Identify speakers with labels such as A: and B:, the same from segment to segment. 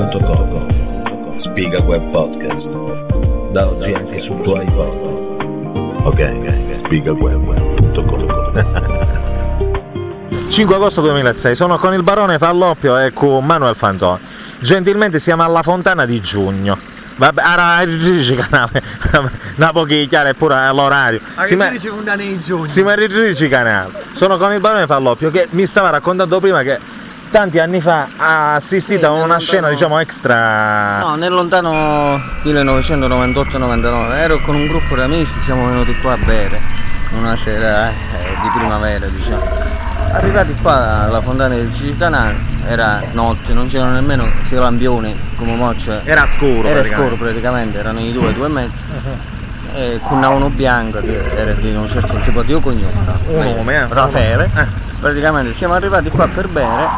A: spigaweb.com Spigaweb Podcast da oggi anche sul tuo iPod ok spigaweb.com
B: 5 agosto 2006, sono con il barone Falloppio e con Manuel Fantoni. Gentilmente siamo alla Fontana di Giugno. Vabbè, era canale, da pochi chiaro è pure l'orario.
C: Ma che
B: Siamo-
C: dice un danno in giugno?
B: siamo a Rigirigi canale. Sono con il barone Falloppio che mi stava raccontando prima che tanti anni fa ha assistito
D: Sì,
B: a una
D: lontano-
B: scena diciamo extra...
D: No, nel lontano 1998-99 ero con un gruppo di amici, siamo venuti qua a bere una sera eh, di primavera diciamo. Arrivati qua alla fontana del Cittadano era notte, non c'erano nemmeno sia lampioni come mo c'è.
B: Era scuro
D: Era
B: praticamente.
D: scuro praticamente, erano i due, due e mezzo. E con una uno bianco che era di un certo tipo di cognome.
B: Un nome, eh.
D: Raffaele.
B: Eh.
D: Praticamente siamo arrivati qua per bere,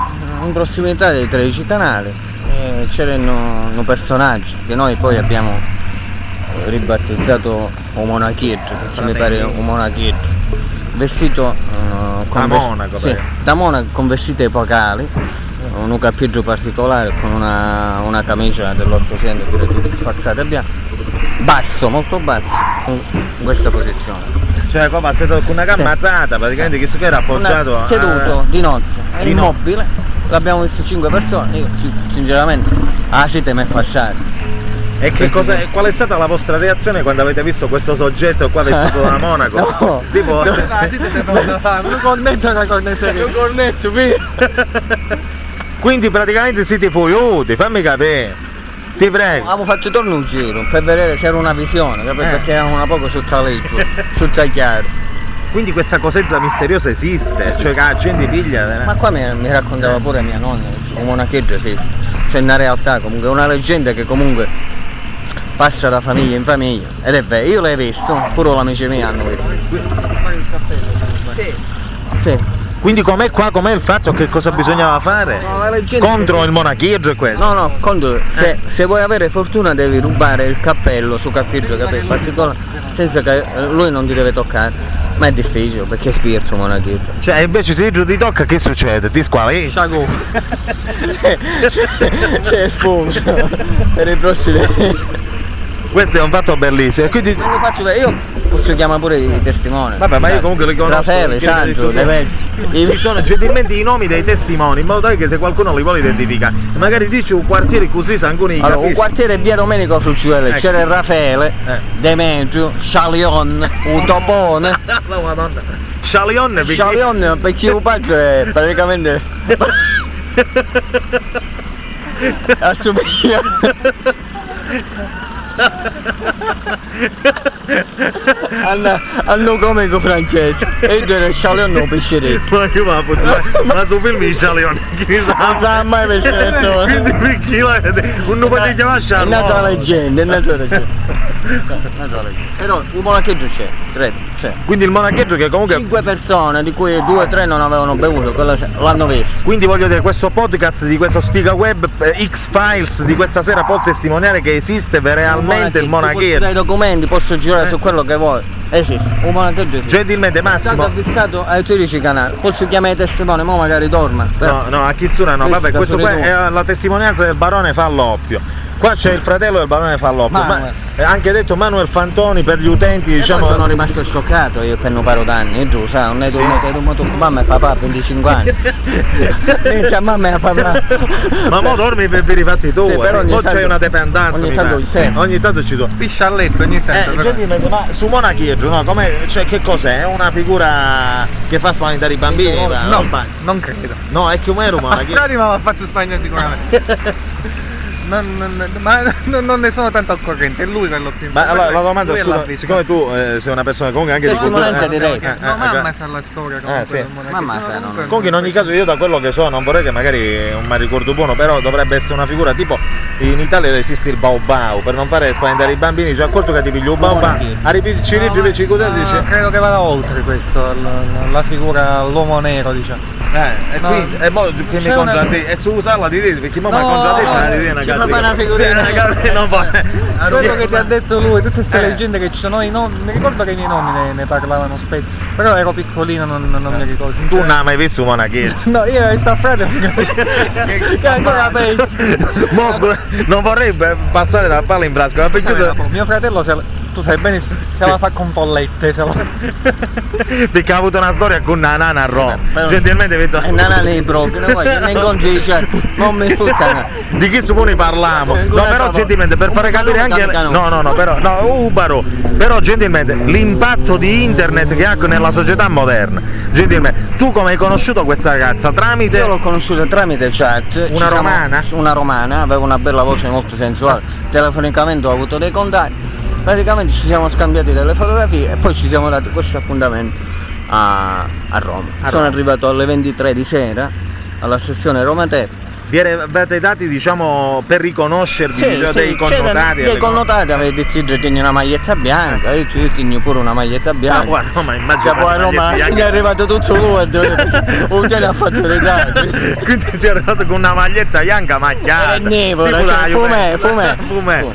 D: in prossimità dei 13 canali, e c'erano un personaggio che noi poi abbiamo eh, ribattezzato o monachetto, che ci mi pare un monachetto, vestito eh,
B: Da
D: ves-
B: monaco,
D: sì,
B: pare.
D: da monaco con vestiti epocali, un cappeggio particolare con una, una camicia dell'Ottocento pure tutta sfazzata e bianca, basso, molto basso, in in questa posizione.
B: Cioè qua passato con una gammazzata, praticamente questo che era appoggiato... eh,
D: Una-
B: a-
D: seduto di notte è
B: Di
D: immobile l'abbiamo visto 5 persone io sin- sinceramente Ah, la sete mi è fasciata
B: E che cosa- e qual è stata la vostra reazione quando avete visto questo soggetto qua vestito da monaco?
D: No.
B: Tipo...
D: No.
C: Ah, sì, te sei fatta fare. Un cornetto e una cornetta. Un cornetto,
B: Quindi praticamente siete fuiuti, fammi capire. Ti prego.
D: Eh, avevo fatto torno un giro per vedere se era una visione capito?
B: Eh.
D: perché eravamo una poco sotto la legge sotto chiaro
B: Quindi questa cosetta misteriosa esiste, cioè che la gente piglia. eh.
D: ma qua mi, mi raccontava pure mia nonna che un monacheggio esiste c'è una realtà comunque una leggenda che comunque passa da famiglia in famiglia ed è vero io l'ho visto pure l'amici miei hanno visto sì
B: Quindi com'è qua, com'è il fatto, che cosa bisognava fare?
D: No, la leggenda-
B: Contro il monacheggio e questo.
D: No, no, conto, se, se vuoi avere fortuna devi rubare il cappello su cappeggio che per particolare, senza che eh, lui non ti deve toccare. Ma è difficile perché è spirito monacheggio.
B: Cioè invece se giù ti tocca che succede? Ti squali?
D: Sciago. C'è sponso per i prossimi.
B: Questo è un fatto bellissimo. E quindi
D: Non lo faccio vedere, io posso chiamare pure i testimoni.
B: Vabbè, ma io comunque li conosco,
D: Raffaele,
B: credo di
D: Sandro, De
B: sapere.
D: Vecchi.
B: ci sono gentilmente i nomi dei testimoni in modo tale che se qualcuno li vuole identificare, magari dici un quartiere così sanguini
D: Allora, un
B: capisci?
D: quartiere via Domenico Frucciuele,
B: Ecco.
D: c'era il Raffaele,
B: Eh.
D: Demetrio, Chalion, Utopone.
B: La Oh, madonna. Chalion Eh, perché-
D: Chalion perché il paggio è praticamente assomiglia al, al no comico francese e io ero Chalion non pesceretto
B: Ma che va puttana, ma su film di Chalion, chi
D: non
B: sa?
D: sarà mai pesceretto
B: Quindi per chi lo un nome che chiama
D: è
B: Chalion.
D: nata la leggenda è nata la leggenda però il monacheggio c'è credo c'è
B: Quindi il monacheggio che comunque...
D: cinque persone di cui due o tre non avevano bevuto quello c'è- l'hanno visto
B: Quindi voglio dire, questo podcast di questo spiga web eh, X-Files di questa sera può testimoniare che esiste realmente il
D: Posso dare i
B: monacheggio.
D: documenti, posso girare
B: Eh.
D: su quello che vuoi. Esiste, un monacheggio esiste.
B: Gentilmente
D: È stato
B: Massimo,
D: avvistato ai 13 canali, posso chiamare i testimoni, ma magari dorma. però-
B: No, no, a Kitsura no,
D: Questo
B: vabbè, questo qua
D: pure tu.
B: è la testimonianza del barone Falloppio. Qua c'è il fratello del barone Falloppio, ma,
D: Manuel. Eh,
B: eh, anche detto Manuel Fantoni per gli utenti,
D: E
B: diciamo.
D: poi sono rimasto scioccato io per un paro d'anni, e giù, sai, non è dormito, è dormito con mamma e papà a 25 anni. Pensa a mamma e a papà.
B: ma mo dormi per, per i fatti tuoi,
D: Sì, però ogni
B: poi
D: tanto-
B: c'è una dependenza.
D: ogni
B: mi
D: tanto
B: pare.
D: ci sei.
B: ogni tanto ci do.
C: Piscia a letto ogni tanto.
B: Eh,
C: però.
B: gentilmente, ma su Monacheggio, no? Com'è, cioè, che cos'è? È una figura che fa spaventare i bambini?
D: eh.
B: ma-
C: No, Ah,
B: ormai-
C: non credo.
B: no, è chiumero Monacheggio.
C: Astrari ma l'ha fatto spagnolo sicuramente. Non, non- non- ma non, non ne sono tanto al corrente, è lui per lo più.
B: Ma allora la domanda,
C: Lui è
B: scusa,
C: l'ha visto.
B: siccome tu eh, sei una persona comunque anche di cultura...
D: Testimonianza
B: eh,
D: diretta.
B: eh, eh,
C: No,
B: eh,
C: mamma sa la storia
B: Eh, sì.
C: comunque. del monarchia.
D: Mamma
C: No,
D: sa, no,
C: comunque-
D: no.
B: Comunque in ogni caso io da quello che so non vorrei che magari non mi ricordo buono, però dovrebbe essere una figura tipo in Italia esiste il baobao, per non fare spaventare i bambini, cioè accorto che ti piglio un baobao, arrivi ci
C: No,
B: leggi
C: ma-
B: le cicute e
C: no,
B: dici
C: Credo che vada oltre questo, la, la figura, l'uomo nero, diciamo.
B: eh, e
C: no.
B: quindi e mo che mi
C: C'è una-
B: contraddi e su usarla di dire perché mo mi
C: No,
B: contraddice
C: no,
B: la di dire una
C: c'è
D: fa fare una
B: Eh, ragazzi,
D: figurina.
B: non può-
D: Ah,
C: Quello che ti ha detto lui, tutte queste
B: Eh.
C: leggende che ci sono, i nonni- mi ricordo che i miei nonni ne, ne parlavano spesso, però ero piccolino, non, non-
D: Eh.
C: non mi ricordo.
B: Tu non hai mai visto un monachese?
C: No, io e sta frate che è ancora peggio.
B: Mo- non vorrei eh, passare dalla palla in brasco, ma perché
C: Vabbè, dopo, mio fratello, se la- tu sai bene, se la fa con pollette, se la...
B: perché ha avuto una storia con una nana a Roma.
D: Eh, però-
B: Gentilmente vedo.
D: Eh, nana nei propri, non vuoi che ne incontri, dice, non mi puttana.
B: Di chi suppone parliamo?
D: Eh,
B: No,
D: guarda,
B: però
D: no.
B: gentilmente per fare capire
D: Canone,
B: anche.
D: canone.
B: No, no, no, però no, Ubaro. Però gentilmente l'impatto di internet che ha nella società moderna. Gentilmente, tu come hai conosciuto questa ragazza? Tramite.
D: Io l'ho conosciuta tramite chat. Ci
B: Una
D: siamo-
B: romana?
D: Una romana, aveva una bella voce molto sensuale. Telefonicamente ho avuto dei contatti. Praticamente ci siamo scambiati delle fotografie e poi ci siamo dati questo appuntamento a, a Roma.
B: A
D: Sono
B: Roma.
D: arrivato alle 23 di sera alla sessione Roma Terra.
B: Vi avete dati, diciamo, per riconoscervi diciamo, dei connotati. e
D: Dei
B: le cose.
D: connotati, avevi deciso di una maglietta bianca, io ci disegno pure una maglietta bianca.
B: Ma Ah, guarda, ma
D: Cioè,
B: immagino
D: poi a
B: le
D: Roma
B: magliette
D: è
B: bianche.
D: arrivato tutto lui e un gelo ha fatto le date.
B: Quindi sei arrivato con una maglietta bianca macchiata.
D: Eh, nevora,
B: Tipo
D: cioè,
B: la Juventus.
D: fumè, fumè.
B: Fumè.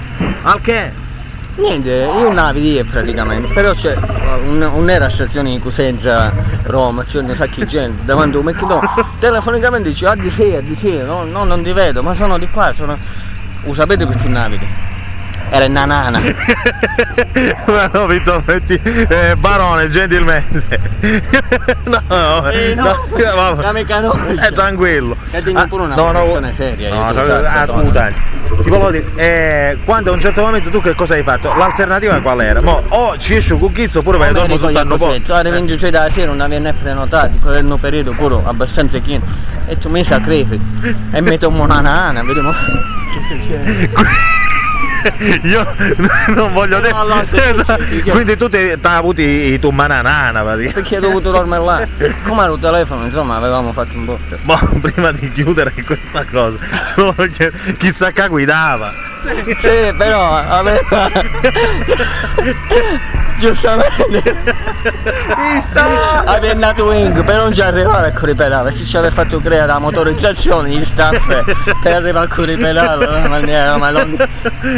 B: Al che?
D: Niente, io navigo praticamente, però c'è uh, un- un'era stazione di Cosenza, Roma, c'è un sacco di gente davanti a un McDonald's, telefonicamente dice, ah di sì, ah di sì, no, no, non ti vedo, ma sono di qua, sono... Lo sapete questi navichi? Era in nanana.
B: Eh, Ma no, Vittorio, metti, eh, barone, gentilmente. no, no,
D: Eh, no,
B: eh, vabbè.
D: la meccanica.
B: Eh, tranquillo.
D: E dimmi pure una persona seria,
B: No,
D: io
B: so-
D: ti faccio,
B: ah,
D: Antonio.
B: scusa. Ti volevo dire, eh, quando a un certo momento tu che cosa hai fatto? L'alternativa qual era? Mo, o ci esci un cucchizzo oppure vai a dormire sul tanno posto.
D: Alle 26 della sera non viene prenotato, "Eh, quello è un periodo pure abbastanza chino. E tu mi sacrifici. E mi tomo una nana, vediamo.
B: Io non voglio
D: No, no, sì, sì.
B: dire. Quindi tu ti hai avuto i i tummananana, praticamente.
D: Perché ho dovuto dormire là. Come era il telefono, insomma, avevamo fatto un botto.
B: Boh, prima di chiudere questa cosa, solo che chissà che guidava.
D: Sì, però aveva. Giustamente. Aveva nato Wing, per non ci arrivare a Curipelava, se ci aveva fatto creare la motorizzazione, gli staff, per arrivare a Curipelava, mamma mia, ma non...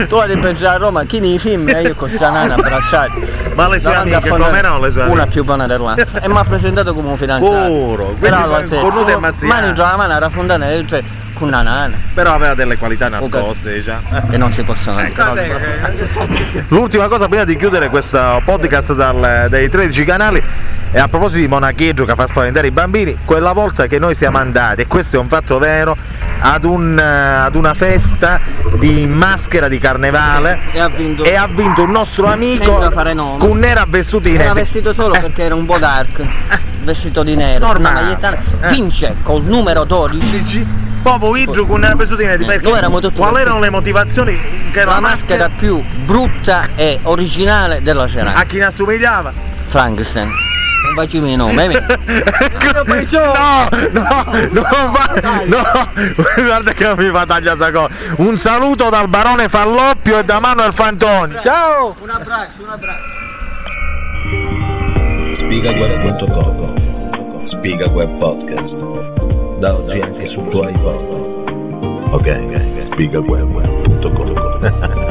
D: Tu hai pensato a Roma, chi nei film, e io con sta nana abbracciati.
B: Ma le sue
D: Davanti a
B: amiche,
D: Fontana-
B: com'erano le sue
D: Una
B: amiche?
D: più buona dell'altra. E mi ha presentato come un fidanzato.
B: Puro, quindi
D: Però
B: sono
D: alla sera,
B: cornuto e
D: oh,
B: mazziato.
D: Mani tra la mano era fondana, e cioè, con una nana,
B: Però aveva delle qualità nascoste, diciamo.
D: che non si possono
B: Ecco,
D: dire.
B: dai,
D: eh.
B: L'ultima cosa prima di chiudere questo podcast dal- dai 13 canali e a proposito di monacheggio che fa spaventare i bambini, quella volta che noi siamo andati, e questo è un fatto vero, ad, un, eh, ad una festa di maschera di carnevale
D: E ha vinto.
B: e ha vinto un nostro amico
D: Senza fare nomi.
B: con nera vestito di
D: Era
B: nero.
D: vestito solo
B: Eh,
D: perché era un po' dark, vestito di nero,
B: Normale.
D: una maglietta-
B: Eh.
D: vince col numero 12
B: dici, Proprio Igio con nera vestito di nero.
D: Eh,
B: perché-
D: noi eravamo tutti
B: Quali
D: vestiti.
B: erano le motivazioni che era
D: la maschera più brutta e originale della serata.
B: a chi ne assomigliava?
D: Frankenstein. Non facciamo i nomi, eh, mi-
B: no, no, no, va- no, guarda che non mi fa tagliare sta cosa. Un saluto dal barone Falloppio e da Manuel Fantoni. Ciao!
A: Spigaweb.com Spiga Web Podcast Da oggi anche su Play Podcast Ok, spigaweb.com